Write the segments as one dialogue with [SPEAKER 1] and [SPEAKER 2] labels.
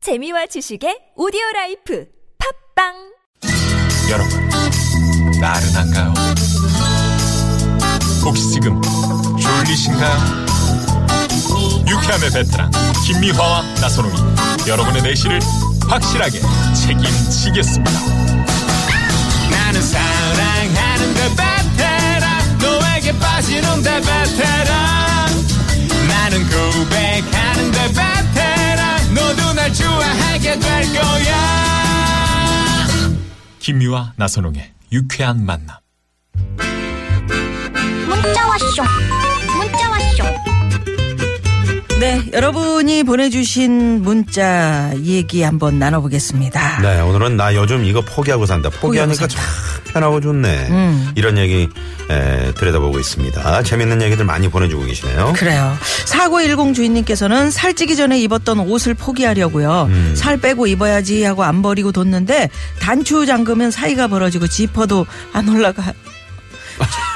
[SPEAKER 1] 재미와 지식의 오디오 라이프 팝빵
[SPEAKER 2] 여러분, 나른한가요? 혹시 지금 졸리신가요? 유쾌함의 베테랑 김미화와 나선홍이 여러분의 내실을 확실하게 책임지겠습니다. 나는 사랑하는데 그 베테랑 너에게 빠지는데 베테랑 나는 고백하는데 베테랑 너도 날 좋아하게 될 거야. 김유와 나선홍의 유쾌한 만남.
[SPEAKER 3] 문자 왔쇼 문자 왔쇼
[SPEAKER 4] 네, 여러분이 보내주신 문자 얘기 한번 나눠보겠습니다.
[SPEAKER 5] 네, 오늘은 나 요즘 이거 포기하고 산다. 포기하니까
[SPEAKER 4] 포기하고 음.
[SPEAKER 5] 참 편하고 좋네. 이런 얘기 에, 들여다보고 있습니다. 재밌는 얘기들 많이 보내주고 계시네요.
[SPEAKER 4] 그래요. 4910 주인님께서는 살찌기 전에 입었던 옷을 포기하려고요.
[SPEAKER 5] 음.
[SPEAKER 4] 살 빼고 입어야지 하고 안 버리고 뒀는데 단추 잠그면 사이가 벌어지고 지퍼도 안 올라가.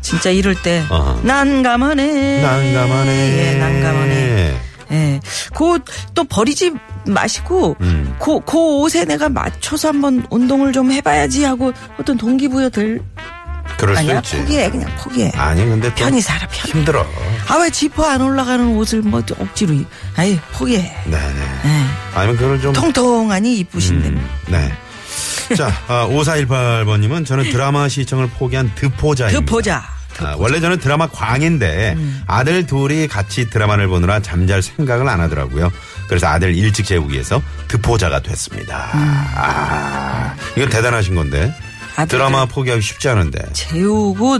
[SPEAKER 4] 진짜 이럴 때
[SPEAKER 5] 어허.
[SPEAKER 4] 난감하네.
[SPEAKER 5] 난감하네.
[SPEAKER 4] 예, 난감하네. 예. 곧또 버리지 마시고
[SPEAKER 5] 음.
[SPEAKER 4] 그, 그 옷에 내가 맞춰서 한번 운동을 좀 해봐야지 하고 어떤 동기부여 들
[SPEAKER 5] 그럴 수
[SPEAKER 4] 아니야
[SPEAKER 5] 있지.
[SPEAKER 4] 포기해 그냥 포기해
[SPEAKER 5] 아니, 근데 또
[SPEAKER 4] 편히 살아 편히
[SPEAKER 5] 힘들어.
[SPEAKER 4] 아 왜 지퍼 안 올라가는 옷을 뭐 억지로 입- 아이 포기해
[SPEAKER 5] 네네.
[SPEAKER 4] 예.
[SPEAKER 5] 아니면 그걸 좀.
[SPEAKER 4] 통통하니 이쁘신데
[SPEAKER 5] 음, 네. 자, 아, 5418번님은 저는 드라마 시청을 포기한 드포자입니다.
[SPEAKER 4] 그 보자
[SPEAKER 5] 아, 원래 저는 드라마 광인데
[SPEAKER 4] 음.
[SPEAKER 5] 아들 둘이 같이 드라마를 보느라 잠잘 생각을 안 하더라고요. 그래서 아들 일찍 재우기 위해서 듣보자가 됐습니다.
[SPEAKER 4] 음.
[SPEAKER 5] 아, 이건 대단하신 건데.
[SPEAKER 4] 아들
[SPEAKER 5] 드라마 포기하기 쉽지 않은데.
[SPEAKER 4] 재우고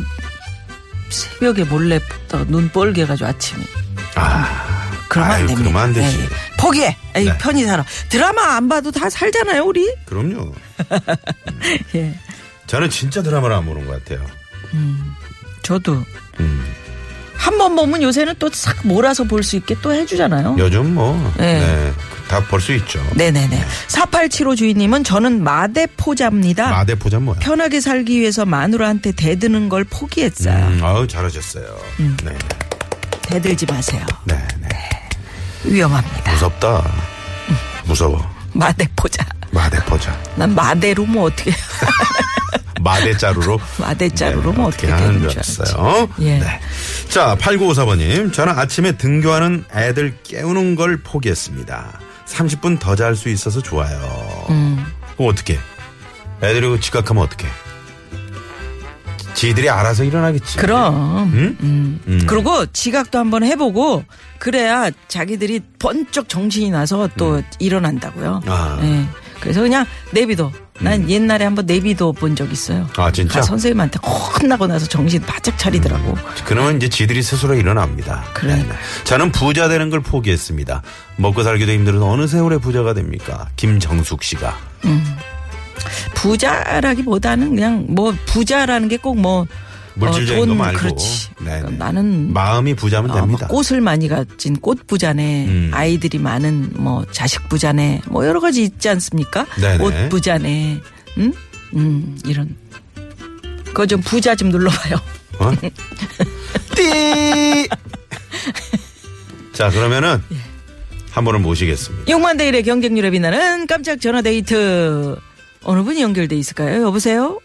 [SPEAKER 4] 새벽에 몰래 떠, 눈 뻘게 가지고 아침에
[SPEAKER 5] 아,
[SPEAKER 4] 그러면
[SPEAKER 5] 아유,
[SPEAKER 4] 안 됩니다
[SPEAKER 5] 그러면 안 되지.
[SPEAKER 4] 예, 예. 포기해 에이,
[SPEAKER 5] 네.
[SPEAKER 4] 편히 살아 드라마 안 봐도 다 살잖아요 우리
[SPEAKER 5] 그럼요.
[SPEAKER 4] 예.
[SPEAKER 5] 저는 진짜 드라마를 안 보는 것 같아요.
[SPEAKER 4] 저도
[SPEAKER 5] 음,
[SPEAKER 4] 한 번 보면 요새는 또 싹 몰아서 볼 수 있게 또 해주잖아요.
[SPEAKER 5] 요즘 뭐,
[SPEAKER 4] 네.
[SPEAKER 5] 다 볼 수 있죠.
[SPEAKER 4] 네네네. 4875 주인님은 저는 마대포자입니다.
[SPEAKER 5] 마대포자 뭐야?
[SPEAKER 4] 편하게 살기 위해서 마누라한테 대드는 걸 포기했어요.
[SPEAKER 5] 음, 아우, 잘하셨어요.
[SPEAKER 4] 음.
[SPEAKER 5] 네.
[SPEAKER 4] 대들지 마세요.
[SPEAKER 5] 네, 네.
[SPEAKER 4] 위험합니다.
[SPEAKER 5] 무섭다. 무서워.
[SPEAKER 4] 마대포자.
[SPEAKER 5] 마대포자.
[SPEAKER 4] 난 마대로 뭐 어떻게
[SPEAKER 5] 마대자루로
[SPEAKER 4] 마대자루로 뭐 어떻게
[SPEAKER 5] 네, 하는
[SPEAKER 4] 되는
[SPEAKER 5] 줄
[SPEAKER 4] 줄 알았지.
[SPEAKER 5] 알았어요.
[SPEAKER 4] 예.
[SPEAKER 5] 네. 자, 8954번님. 저는 아침에 등교하는 애들 깨우는 걸 포기했습니다. 30분 더 잘 수 있어서 좋아요.
[SPEAKER 4] 음.
[SPEAKER 5] 그럼 어떻게? 애들이 그 지각하면 어떻게? 지들이 알아서 일어나겠지.
[SPEAKER 4] 그럼.
[SPEAKER 5] 음?
[SPEAKER 4] 음. 그리고 지각도 한번 해보고 그래야 자기들이 번쩍 정신이 나서 또 일어난다고요.
[SPEAKER 5] 음. 아. 음.
[SPEAKER 4] 예. 그래서 그냥 내비둬. 난 옛날에 한번 내비둬 본 적 있어요.
[SPEAKER 5] 아, 진짜? 음.
[SPEAKER 4] 아, 선생님한테 혼나고 나서 정신 바짝 차리더라고.
[SPEAKER 5] 그러면 이제 지들이 스스로 일어납니다. 네,
[SPEAKER 4] 그래.
[SPEAKER 5] 저는 부자 되는 걸 포기했습니다. 먹고 살기도 힘들어서 어느 세월에 부자가 됩니까? 김정숙 씨가.
[SPEAKER 4] 부자라기보다는 그냥 뭐 부자라는 게 꼭 뭐
[SPEAKER 5] 물질적인
[SPEAKER 4] 어, 돈,
[SPEAKER 5] 거 말고.
[SPEAKER 4] 그렇지.
[SPEAKER 5] 네네.
[SPEAKER 4] 그러니까 나는
[SPEAKER 5] 마음이
[SPEAKER 4] 어,
[SPEAKER 5] 부자면
[SPEAKER 4] 뭐
[SPEAKER 5] 됩니다.
[SPEAKER 4] 꽃을 많이 가진 꽃 부자네,
[SPEAKER 5] 음.
[SPEAKER 4] 아이들이 많은 뭐 자식 부자네, 뭐 여러 가지 있지 않습니까?
[SPEAKER 5] 네네.
[SPEAKER 4] 옷 부자네, 응? 음 이런. 그거 좀 부자 좀 눌러봐요.
[SPEAKER 5] 어? 띠! 자, 그러면은
[SPEAKER 4] 예.
[SPEAKER 5] 한 분을 모시겠습니다.
[SPEAKER 4] 6만 대 1의 경쟁률에 빛나는 깜짝 전화 데이트. 어느 분이 연결돼 있을까요? 여보세요?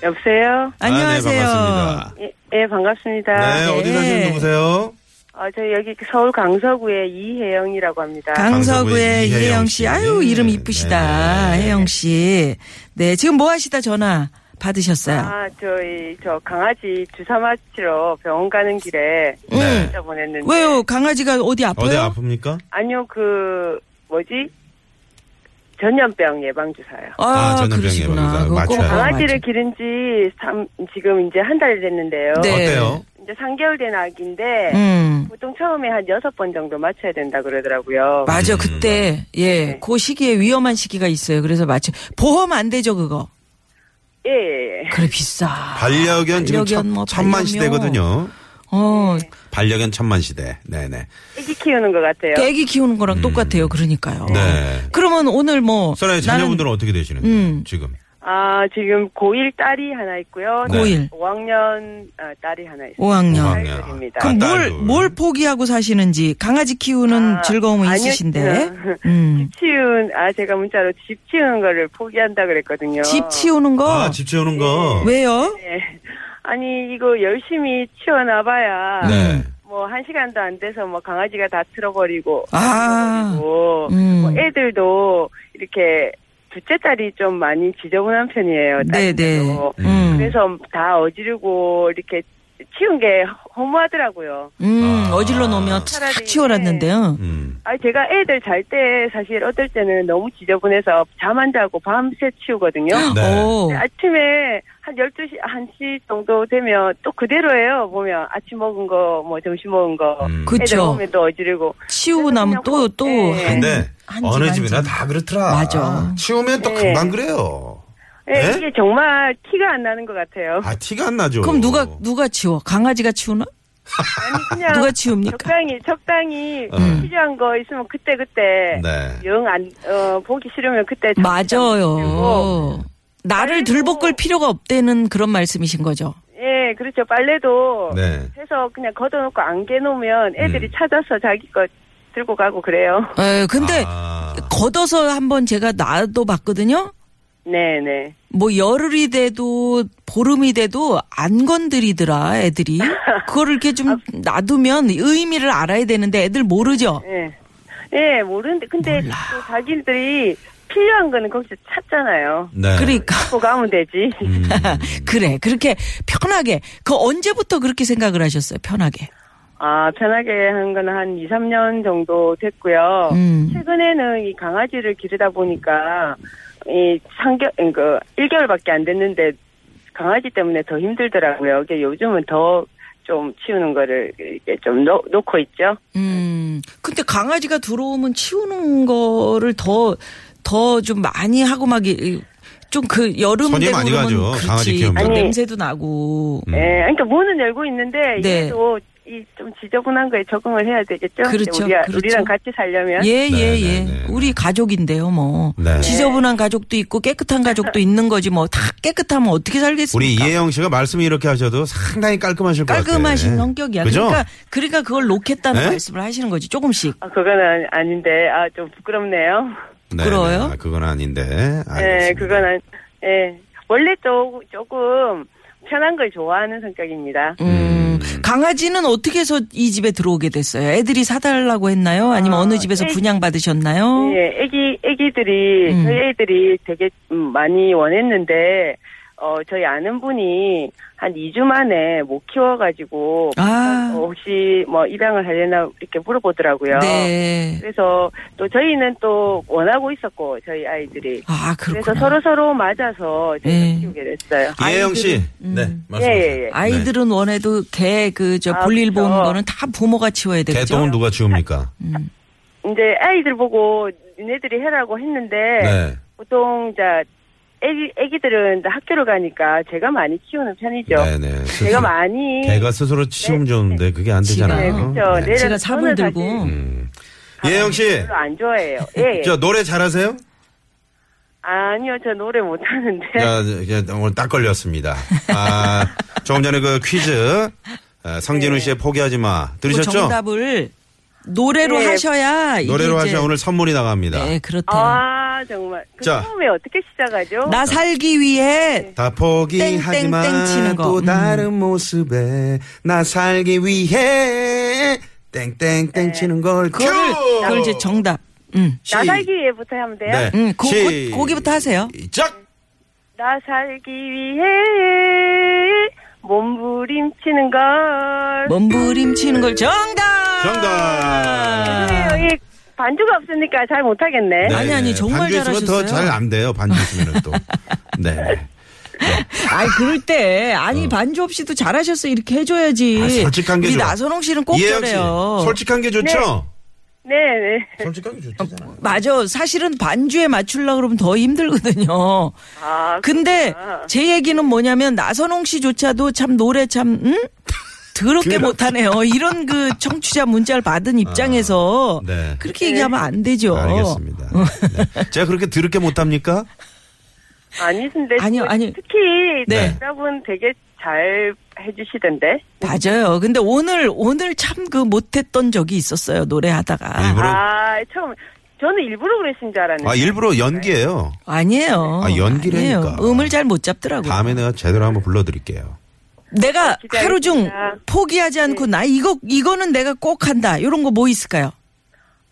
[SPEAKER 6] 여보세요?
[SPEAKER 4] 안녕하세요. 아,
[SPEAKER 5] 아, 네, 반갑습니다.
[SPEAKER 6] 예, 예, 반갑습니다.
[SPEAKER 5] 네, 어디 사시는 누구세요?
[SPEAKER 6] 어, 저 여기 서울 강서구의 이혜영이라고 합니다.
[SPEAKER 4] 강서구의
[SPEAKER 5] 강서구의
[SPEAKER 4] 이혜영 씨.
[SPEAKER 5] 이혜영 씨.
[SPEAKER 4] 아유, 이름 이쁘시다.
[SPEAKER 5] 네.
[SPEAKER 4] 혜영 씨. 네, 지금 뭐 하시다 전화 받으셨어요?
[SPEAKER 6] 아, 저희, 저 강아지 주사 맞히러 병원 가는 길에
[SPEAKER 5] 네.
[SPEAKER 6] 문자 보냈는데.
[SPEAKER 4] 왜요? 강아지가 어디 아파요?
[SPEAKER 5] 어디 아픕니까?
[SPEAKER 6] 아니요, 그, 뭐지? 전염병 예방주사요.
[SPEAKER 5] 아, 전염병
[SPEAKER 4] 그러시구나.
[SPEAKER 5] 예방주사.
[SPEAKER 4] 그거 꼭
[SPEAKER 5] 맞춰요.
[SPEAKER 4] 맞아.
[SPEAKER 6] 강아지를 기른 지 삼, 지금 이제 한 달 됐는데요.
[SPEAKER 4] 네.
[SPEAKER 5] 어때요?
[SPEAKER 6] 이제 3개월 된 아기인데,
[SPEAKER 4] 음.
[SPEAKER 6] 보통 처음에 한 여섯 번 정도 맞춰야 된다
[SPEAKER 5] 음.
[SPEAKER 6] 그러더라고요.
[SPEAKER 4] 맞아, 그때.
[SPEAKER 6] 네.
[SPEAKER 4] 예. 그 시기에 위험한 시기가 있어요. 그래서 마치 보험 안 되죠, 그거.
[SPEAKER 6] 예, 예, 예.
[SPEAKER 4] 그래 비싸.
[SPEAKER 5] 반려견 지금
[SPEAKER 4] 아,
[SPEAKER 5] 천,
[SPEAKER 4] 반려견 뭐
[SPEAKER 5] 천만
[SPEAKER 4] 반려묘.
[SPEAKER 5] 시대거든요.
[SPEAKER 4] 어,
[SPEAKER 6] 네.
[SPEAKER 5] 반려견 천만 시대. 네네.
[SPEAKER 6] 애기 키우는 것 같아요.
[SPEAKER 4] 애기 키우는 거랑 똑같아요. 그러니까요.
[SPEAKER 5] 음. 네.
[SPEAKER 4] 그러면 오늘 뭐
[SPEAKER 5] 설아의
[SPEAKER 4] 어. 나는
[SPEAKER 5] 자녀분들은 어떻게 되시는데
[SPEAKER 4] 음.
[SPEAKER 5] 지금?
[SPEAKER 6] 아, 지금 고1 딸이 하나 있고요.
[SPEAKER 5] 네.
[SPEAKER 4] 고일
[SPEAKER 6] 5학년 아, 딸이 하나 있습니다.
[SPEAKER 4] 5학년.
[SPEAKER 6] 네,
[SPEAKER 5] 오학년.
[SPEAKER 6] 딸들입니다.
[SPEAKER 5] 아,
[SPEAKER 4] 그럼 뭘,
[SPEAKER 5] 딸도.
[SPEAKER 4] 뭘 포기하고 사시는지 강아지 키우는
[SPEAKER 6] 아,
[SPEAKER 4] 즐거움은
[SPEAKER 6] 아니요,
[SPEAKER 4] 있으신데
[SPEAKER 6] 그냥
[SPEAKER 4] 음.
[SPEAKER 6] 치운 아 제가 문자로 집 치우는 거를 포기한다 그랬거든요.
[SPEAKER 4] 집 치우는 거
[SPEAKER 5] 아, 집 채우는 거.
[SPEAKER 4] 왜요?
[SPEAKER 6] 네. 아니 이거 열심히 치워놔봐야
[SPEAKER 5] 네.
[SPEAKER 6] 뭐 한 시간도 안 돼서 뭐 강아지가 다 틀어버리고
[SPEAKER 4] 아.
[SPEAKER 6] 버리고
[SPEAKER 4] 음.
[SPEAKER 6] 뭐 애들도 이렇게 둘째 딸이 좀 많이 지저분한 편이에요.
[SPEAKER 4] 네, 네.
[SPEAKER 6] 딸들도.
[SPEAKER 4] 음.
[SPEAKER 6] 그래서 다 어지르고 이렇게 치운 게 허무하더라고요.
[SPEAKER 4] 음,
[SPEAKER 5] 아.
[SPEAKER 4] 어질러 놓으면
[SPEAKER 6] 차라리
[SPEAKER 4] 탁 치워놨는데요.
[SPEAKER 5] 음.
[SPEAKER 6] 아 제가 애들 잘 때 사실 어떨 때는 너무 지저분해서 잠 안 자고 밤새 치우거든요.
[SPEAKER 5] 네.
[SPEAKER 4] 오.
[SPEAKER 6] 근데 아침에 한 12시, 1시 정도 되면 또 그대로예요. 보면 아침 먹은 거, 뭐 점심 먹은 거.
[SPEAKER 5] 음.
[SPEAKER 4] 그-
[SPEAKER 6] 애들
[SPEAKER 4] 그쵸.
[SPEAKER 6] 보면 또 어지르고.
[SPEAKER 4] 치우고 나면 또, 또.
[SPEAKER 6] 네.
[SPEAKER 4] 한-
[SPEAKER 5] 근데
[SPEAKER 4] 한
[SPEAKER 5] 어느
[SPEAKER 4] 집, 한
[SPEAKER 5] 집이나
[SPEAKER 4] 집.
[SPEAKER 5] 다 그렇더라.
[SPEAKER 4] 맞아.
[SPEAKER 5] 치우면 또
[SPEAKER 6] 네.
[SPEAKER 5] 금방 그래요.
[SPEAKER 6] 예,
[SPEAKER 5] 네?
[SPEAKER 6] 이게 정말 티가 안 나는 것 같아요.
[SPEAKER 5] 아, 티가 안 나죠. 네.
[SPEAKER 4] 그럼 누가, 누가 치워? 강아지가 치우나?
[SPEAKER 6] 아니, 그냥
[SPEAKER 4] 누가 치웁니까? 네.
[SPEAKER 6] 적당히, 적당히
[SPEAKER 5] 음.
[SPEAKER 6] 필요한 거 있으면 그때그때.
[SPEAKER 5] 네.
[SPEAKER 6] 영 안, 어, 보기 싫으면 그때. 잠깐 치우고.
[SPEAKER 5] 어.
[SPEAKER 4] 맞아요. 나를
[SPEAKER 6] 아이고.
[SPEAKER 4] 들볶을 필요가 없다는 그런 말씀이신 거죠.
[SPEAKER 6] 예, 그렇죠. 빨래도.
[SPEAKER 5] 네.
[SPEAKER 6] 해서 그냥 걷어놓고 안 개놓으면 애들이 찾아서 자기 거 들고 가고 그래요.
[SPEAKER 4] 에, 예, 근데
[SPEAKER 5] 아.
[SPEAKER 4] 걷어서 한번 제가 놔도 봤거든요.
[SPEAKER 6] 네네.
[SPEAKER 4] 뭐 열흘이 돼도 보름이 돼도 안 건드리더라 애들이 그거를 이렇게 좀 놔두면 의미를 알아야 되는데 애들 모르죠.
[SPEAKER 6] 예. 예, 모르는데. 근데 또 자기들이 필요한 거는 거기서 찾잖아요.
[SPEAKER 5] 네.
[SPEAKER 4] 그러니까
[SPEAKER 6] 갖고 가면 되지.
[SPEAKER 5] 음.
[SPEAKER 4] 그래 그렇게 편하게 그 언제부터 그렇게 생각을 하셨어요 편하게
[SPEAKER 6] 아, 편하게 한 건 한 2, 3년 정도 됐고요.
[SPEAKER 4] 음.
[SPEAKER 6] 최근에는 이 강아지를 기르다 보니까 이 3개, 그 1개월밖에 안 됐는데 강아지 때문에 더 힘들더라고요. 이게 요즘은 더 좀 치우는 거를 이렇게 좀 놓, 놓고 있죠.
[SPEAKER 4] 음 근데 강아지가 들어오면 치우는 거를 더 더 좀 많이 하고 막좀그 여름
[SPEAKER 5] 손이
[SPEAKER 4] 되고
[SPEAKER 5] 많이
[SPEAKER 4] 그러면
[SPEAKER 5] 가죠,
[SPEAKER 4] 그렇지
[SPEAKER 5] 강아지 키우면.
[SPEAKER 4] 그
[SPEAKER 6] 아니.
[SPEAKER 4] 냄새도 나고
[SPEAKER 5] 음.
[SPEAKER 6] 예, 그러니까 문은 열고 있는데
[SPEAKER 4] 네.
[SPEAKER 6] 이래도 이 좀 지저분한 거에 적응을 해야 되겠죠.
[SPEAKER 4] 그렇죠,
[SPEAKER 6] 우리,
[SPEAKER 4] 그렇죠.
[SPEAKER 6] 우리랑 같이 살려면
[SPEAKER 4] 예,
[SPEAKER 5] 네,
[SPEAKER 4] 예,
[SPEAKER 5] 네,
[SPEAKER 4] 예.
[SPEAKER 5] 네, 네.
[SPEAKER 4] 우리 가족인데요, 뭐.
[SPEAKER 5] 네.
[SPEAKER 4] 지저분한 가족도 있고 깨끗한 가족도 있는 거지 뭐. 다 깨끗하면 어떻게 살겠습니까?
[SPEAKER 5] 우리 이혜영 씨가 말씀을 이렇게 하셔도 상당히 깔끔하실 것 같아요.
[SPEAKER 4] 깔끔하신 성격이야.
[SPEAKER 5] 그죠?
[SPEAKER 4] 그러니까 그러니까 그걸 놓겠다는
[SPEAKER 5] 네?
[SPEAKER 4] 말씀을 하시는 거지. 조금씩.
[SPEAKER 6] 아, 그건 아니- 아닌데 아 좀 부끄럽네요.
[SPEAKER 5] 네,
[SPEAKER 4] 부끄러워요?
[SPEAKER 5] 네, 아, 그건 아닌데.
[SPEAKER 6] 예,
[SPEAKER 5] 알겠습니다.
[SPEAKER 6] 그건 안, 예. 원래 조, 조금 편한 걸 좋아하는 성격입니다.
[SPEAKER 4] 음. 강아지는 어떻게 해서 이 집에 들어오게 됐어요? 애들이 사달라고 했나요? 아니면 어느 집에서
[SPEAKER 6] 애-
[SPEAKER 4] 분양받으셨나요?
[SPEAKER 6] 예, 애기 애기들이
[SPEAKER 4] 음.
[SPEAKER 6] 저희 애들이 되게 음, 많이 원했는데 어 저희 아는 분이 한 2주 만에 못 키워가지고
[SPEAKER 4] 아.
[SPEAKER 6] 어, 혹시 뭐 입양을 하려나 이렇게 물어보더라고요.
[SPEAKER 4] 네.
[SPEAKER 6] 그래서 또 저희는 또 원하고 있었고 저희 아이들이
[SPEAKER 4] 아,
[SPEAKER 6] 그래서
[SPEAKER 4] 그렇구나.
[SPEAKER 6] 서로 서로 맞아서 저희가
[SPEAKER 4] 네.
[SPEAKER 6] 키우게 됐어요.
[SPEAKER 5] 이혜영 씨.
[SPEAKER 4] 아이들은-
[SPEAKER 5] 네.
[SPEAKER 4] 음.
[SPEAKER 5] 말씀하세요.
[SPEAKER 6] 예, 예, 예.
[SPEAKER 4] 아이들은
[SPEAKER 5] 네.
[SPEAKER 4] 원해도 개 그 저
[SPEAKER 6] 아,
[SPEAKER 4] 볼일
[SPEAKER 6] 그렇죠.
[SPEAKER 4] 보는 거는 다 부모가 치워야 되죠. 음.
[SPEAKER 5] 개똥은 누가 치웁니까?
[SPEAKER 6] 이제 아이들 보고 니네들이 해라고 했는데
[SPEAKER 5] 네.
[SPEAKER 6] 보통 이제 애기 애기들은 이제 학교를 가니까 제가 많이 키우는 편이죠.
[SPEAKER 5] 네, 네.
[SPEAKER 6] 제가 많이
[SPEAKER 5] 개가 스스로 치우면 좋은데 그게 안
[SPEAKER 6] 네,
[SPEAKER 5] 되잖아요.
[SPEAKER 6] 그렇죠.
[SPEAKER 5] 네.
[SPEAKER 6] 내려서
[SPEAKER 4] 제가 삽을
[SPEAKER 6] 저는
[SPEAKER 4] 들고
[SPEAKER 6] 사실
[SPEAKER 5] 음. 이혜영 씨.
[SPEAKER 6] 별로 안 좋아해요. 예. 예.
[SPEAKER 5] 저 노래 잘하세요?
[SPEAKER 6] 아니요, 저 노래 못 하는데.
[SPEAKER 4] 네.
[SPEAKER 5] 야, 야, 오늘 딱 걸렸습니다. 아, 조금 전에 그 퀴즈 아, 성진우 씨의 포기하지 마
[SPEAKER 4] 네. 그
[SPEAKER 5] 들으셨죠?
[SPEAKER 4] 정답을 노래로
[SPEAKER 6] 네.
[SPEAKER 4] 하셔야 뭐 이게
[SPEAKER 5] 노래로
[SPEAKER 4] 이제-
[SPEAKER 5] 하셔 오늘 선물이 나갑니다.
[SPEAKER 4] 네 그렇다. 요
[SPEAKER 6] 아 정말. 그
[SPEAKER 5] 자.
[SPEAKER 6] 처음에 어떻게 시작하죠?
[SPEAKER 4] 나 살기
[SPEAKER 6] 네.
[SPEAKER 4] 위해
[SPEAKER 5] 다
[SPEAKER 4] 땡땡땡 치는
[SPEAKER 5] 포기하지만
[SPEAKER 4] 거.
[SPEAKER 5] 또
[SPEAKER 4] 음.
[SPEAKER 5] 다른 모습에 나 살기 위해 땡땡땡 치는 걸
[SPEAKER 4] 네. 그거를 그걸 이제 정답. 음.
[SPEAKER 6] 나 살기 위해부터 하면 돼요.
[SPEAKER 5] 네.
[SPEAKER 4] 음, 고- 고-
[SPEAKER 5] 시-
[SPEAKER 4] 고기부터 하세요.
[SPEAKER 5] 시작.
[SPEAKER 6] 나 살기 위해 몸부림치는 걸.
[SPEAKER 5] 뭐?
[SPEAKER 4] 몸부림치는 걸 정답.
[SPEAKER 5] 정답.
[SPEAKER 6] 예, 예. 반주가 없으니까 잘 못하겠네.
[SPEAKER 4] 네. 아니, 아니, 정말
[SPEAKER 5] 반주 있으면
[SPEAKER 4] 잘하셨어요.
[SPEAKER 5] 더잘 안 돼요. 반주 있으면 또. 네.
[SPEAKER 4] 아니 그럴 때 아니 반주 없이도 잘하셨어 이렇게 해줘야지.
[SPEAKER 5] 어. 아, 솔직한 게
[SPEAKER 4] 우리
[SPEAKER 5] 좋아.
[SPEAKER 4] 나선홍 씨는 꼭
[SPEAKER 5] 이혜영 씨,
[SPEAKER 4] 저래요.
[SPEAKER 5] 솔직한 게 좋죠?
[SPEAKER 6] 네, 네.
[SPEAKER 5] 솔직한 게 좋잖아요.
[SPEAKER 4] 맞아. 사실은 반주에 맞추려 그러면 더 힘들거든요.
[SPEAKER 6] 아,
[SPEAKER 4] 근데
[SPEAKER 6] 그렇구나.
[SPEAKER 4] 제 얘기는 뭐냐면 나선홍 씨조차도 참 노래 참 응? 더럽게 못하네요. 이런 그 청취자 문자를 받은 입장에서
[SPEAKER 5] 네.
[SPEAKER 4] 어. 그렇게 얘기하면 안 되죠.
[SPEAKER 5] 알겠습니다. 네. 제가 그렇게 드럽게 못합니까?
[SPEAKER 6] 아니 근데
[SPEAKER 4] 아니요, 아니.
[SPEAKER 6] 특히
[SPEAKER 5] 네.
[SPEAKER 6] 여러분 되게 잘 해주시던데.
[SPEAKER 4] 맞아요. 근데 오늘 오늘 참 그 못했던 적이 있었어요 노래하다가
[SPEAKER 5] 일부러
[SPEAKER 6] 아 처음 저는 일부러 그랬은 줄 알았는데.
[SPEAKER 5] 아 일부러 연기예요.
[SPEAKER 4] 아니에요.
[SPEAKER 5] 아, 연기를
[SPEAKER 4] 아니에요.
[SPEAKER 5] 하니까.
[SPEAKER 4] 음을 잘 못 잡더라고요.
[SPEAKER 5] 다음에 내가 제대로 한번 불러드릴게요.
[SPEAKER 4] 내가
[SPEAKER 6] 기대하겠습니다. 네.
[SPEAKER 4] 하루 중 포기하지 않고 나 이거 이거는 내가 꼭 한다. 이런 거 뭐 있을까요?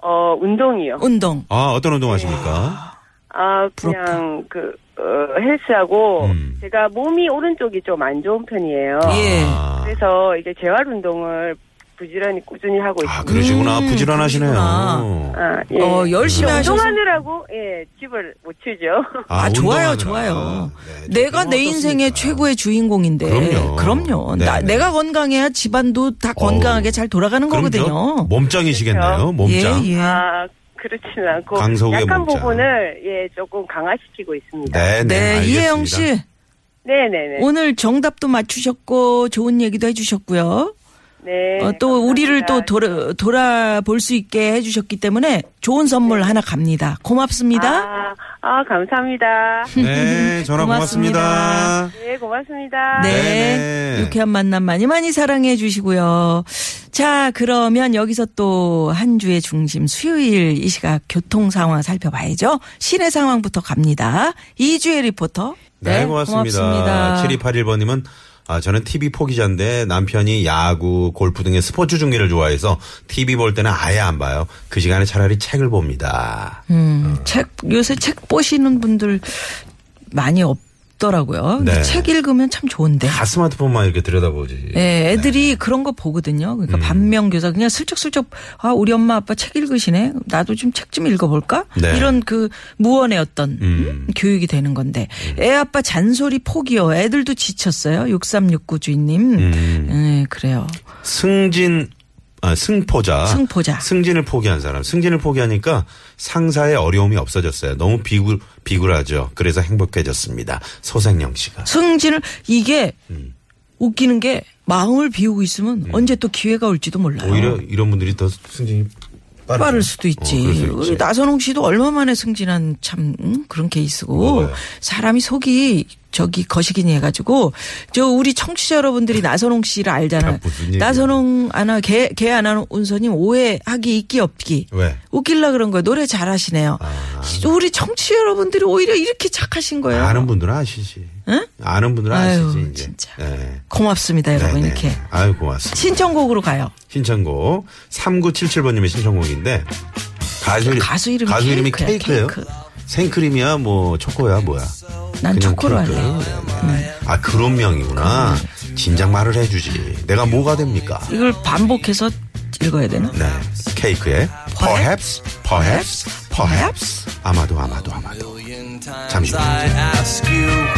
[SPEAKER 6] 어 운동이요.
[SPEAKER 4] 운동.
[SPEAKER 5] 아 어떤 운동 하십니까?
[SPEAKER 6] 아 그냥 그 어, 헬스하고
[SPEAKER 5] 음.
[SPEAKER 6] 제가 몸이 오른쪽이 좀 안 좋은 편이에요.
[SPEAKER 4] 예.
[SPEAKER 5] 아,
[SPEAKER 6] 그래서 이제 재활 운동을 부지런히 꾸준히 하고
[SPEAKER 5] 아,
[SPEAKER 6] 있습니다.
[SPEAKER 5] 그러시구나
[SPEAKER 4] 음,
[SPEAKER 5] 부지런하시네요.
[SPEAKER 4] 그러시구나.
[SPEAKER 6] 아, 예.
[SPEAKER 4] 어 열심히 하셔서
[SPEAKER 6] 운동하느라고 예 집을 못 치죠.
[SPEAKER 4] 아, 좋아요,
[SPEAKER 5] 운동하느라.
[SPEAKER 4] 좋아요.
[SPEAKER 5] 네,
[SPEAKER 4] 내가
[SPEAKER 5] 지금은
[SPEAKER 4] 내 인생의
[SPEAKER 5] 어떻습니까?
[SPEAKER 4] 최고의 주인공인데.
[SPEAKER 5] 그럼요.
[SPEAKER 4] 그럼요. 나,
[SPEAKER 5] 네네.
[SPEAKER 4] 내가 건강해야 집안도 다 건강하게 잘 돌아가는
[SPEAKER 5] 그럼 저
[SPEAKER 4] 거거든요.
[SPEAKER 5] 몸짱이시겠나요? 몸짱.
[SPEAKER 4] 예, 예.
[SPEAKER 6] 아 그렇지는 않고
[SPEAKER 5] 강서구의
[SPEAKER 6] 약한
[SPEAKER 5] 몸짱.
[SPEAKER 6] 부분을 예 조금 강화시키고 있습니다.
[SPEAKER 5] 네, 네.
[SPEAKER 4] 네, 이혜영
[SPEAKER 5] 알겠습니다.
[SPEAKER 4] 씨
[SPEAKER 6] 네네네.
[SPEAKER 4] 오늘 정답도 맞추셨고 좋은 얘기도 해주셨고요.
[SPEAKER 6] 네.
[SPEAKER 4] 어, 또
[SPEAKER 6] 감사합니다.
[SPEAKER 4] 우리를 또 돌아, 돌아볼 수 있게 해주셨기 때문에 좋은 선물 하나 갑니다. 고맙습니다.
[SPEAKER 6] 아, 아, 감사합니다.
[SPEAKER 5] 네, 전화 고맙습니다.
[SPEAKER 6] 네, 고맙습니다.
[SPEAKER 4] 네.
[SPEAKER 5] 네네.
[SPEAKER 4] 유쾌한 만남 많이 많이 사랑해 주시고요. 자, 그러면 여기서 또 한 주의 중심 수요일 이 시각 교통 상황 살펴봐야죠. 시내 상황부터 갑니다. 이주혜 리포터.
[SPEAKER 5] 네, 고맙습니다. 7281번님은 아, 저는 TV 포기자인데 남편이 야구, 골프 등의 스포츠 중계를 좋아해서 TV 볼 때는 아예 안 봐요. 그 시간에 차라리 책을 봅니다.
[SPEAKER 4] 음, 책, 요새 책 보시는 분들 많이 없더라고요. 근데
[SPEAKER 5] 네.
[SPEAKER 4] 책 읽으면 참 좋은데.
[SPEAKER 5] 다 스마트폰만 이렇게 들여다보지.
[SPEAKER 4] 예, 애들이 그런 거 보거든요. 그러니까
[SPEAKER 5] 음.
[SPEAKER 4] 반면교사 그냥 슬쩍슬쩍 아 우리 엄마 아빠 책 읽으시네. 나도 좀 책 좀 읽어볼까?
[SPEAKER 5] 네.
[SPEAKER 4] 이런 그 무언의 어떤
[SPEAKER 5] 음.
[SPEAKER 4] 교육이 되는 건데 애 아빠 잔소리 포기요. 애들도 지쳤어요. 6369 주인님.
[SPEAKER 5] 음.
[SPEAKER 4] 예, 그래요.
[SPEAKER 5] 승진 아, 승포자.
[SPEAKER 4] 승포자.
[SPEAKER 5] 승진을 포기한 사람. 승진을 포기하니까 상사의 어려움이 없어졌어요. 너무 비굴, 비굴하죠. 그래서 행복해졌습니다. 소생영 씨가.
[SPEAKER 4] 승진을 이게
[SPEAKER 5] 음.
[SPEAKER 4] 웃기는 게 마음을 비우고 있으면 언제 또 기회가 올지도 몰라요.
[SPEAKER 5] 오히려 이런 분들이 더 승진이 빠르죠.
[SPEAKER 4] 아. 빠를 수도 있지.
[SPEAKER 5] 어, 그럴 수
[SPEAKER 4] 우리 나선홍 씨도 얼마 만에 승진한 참 음, 그런 케이스고
[SPEAKER 5] 뭐가요?
[SPEAKER 4] 사람이 속이 저기 거시기니 해가지고 저 우리 청취자 여러분들이 나선홍 씨를 알잖아요.
[SPEAKER 5] 아, 무슨 얘기야.
[SPEAKER 4] 나선홍 아나 개개 아나운서님 오해하기 있기 없기.
[SPEAKER 5] 왜? 아.
[SPEAKER 4] 웃길라 그런 거예요. 노래 잘하시네요. 우리 청취 자 여러분들이 오히려 이렇게 착하신 거예요.
[SPEAKER 5] 아는 분들은 아시지.
[SPEAKER 4] 응?
[SPEAKER 5] 아는 분들은
[SPEAKER 4] 아유,
[SPEAKER 5] 아시지 이제.
[SPEAKER 4] 진짜.
[SPEAKER 5] 네.
[SPEAKER 4] 고맙습니다, 여러분
[SPEAKER 5] 네, 네.
[SPEAKER 4] 이렇게
[SPEAKER 5] 아유 고맙습니다.
[SPEAKER 4] 신청곡으로 가요.
[SPEAKER 5] 신청곡 3977번님의 신청곡인데 가수 이름
[SPEAKER 4] 가수 이름이
[SPEAKER 5] 이
[SPEAKER 4] 케이크야,
[SPEAKER 5] 케이크예요.
[SPEAKER 4] 케이크.
[SPEAKER 5] 생크림이야 뭐 초코야 뭐야.
[SPEAKER 4] 난
[SPEAKER 5] 그냥
[SPEAKER 4] 초코로
[SPEAKER 5] 케이크.
[SPEAKER 4] 할래요. 음.
[SPEAKER 5] 네, 네. 아 그런 명이구나. 진작 말을 해주지. 내가 뭐가 됩니까?
[SPEAKER 4] 이걸 반복해서 읽어야 되나?
[SPEAKER 5] 네. 케이크에 perhaps, perhaps, perhaps. 아마도 아마도 아마도. 잠시 후에.
[SPEAKER 7] I ask you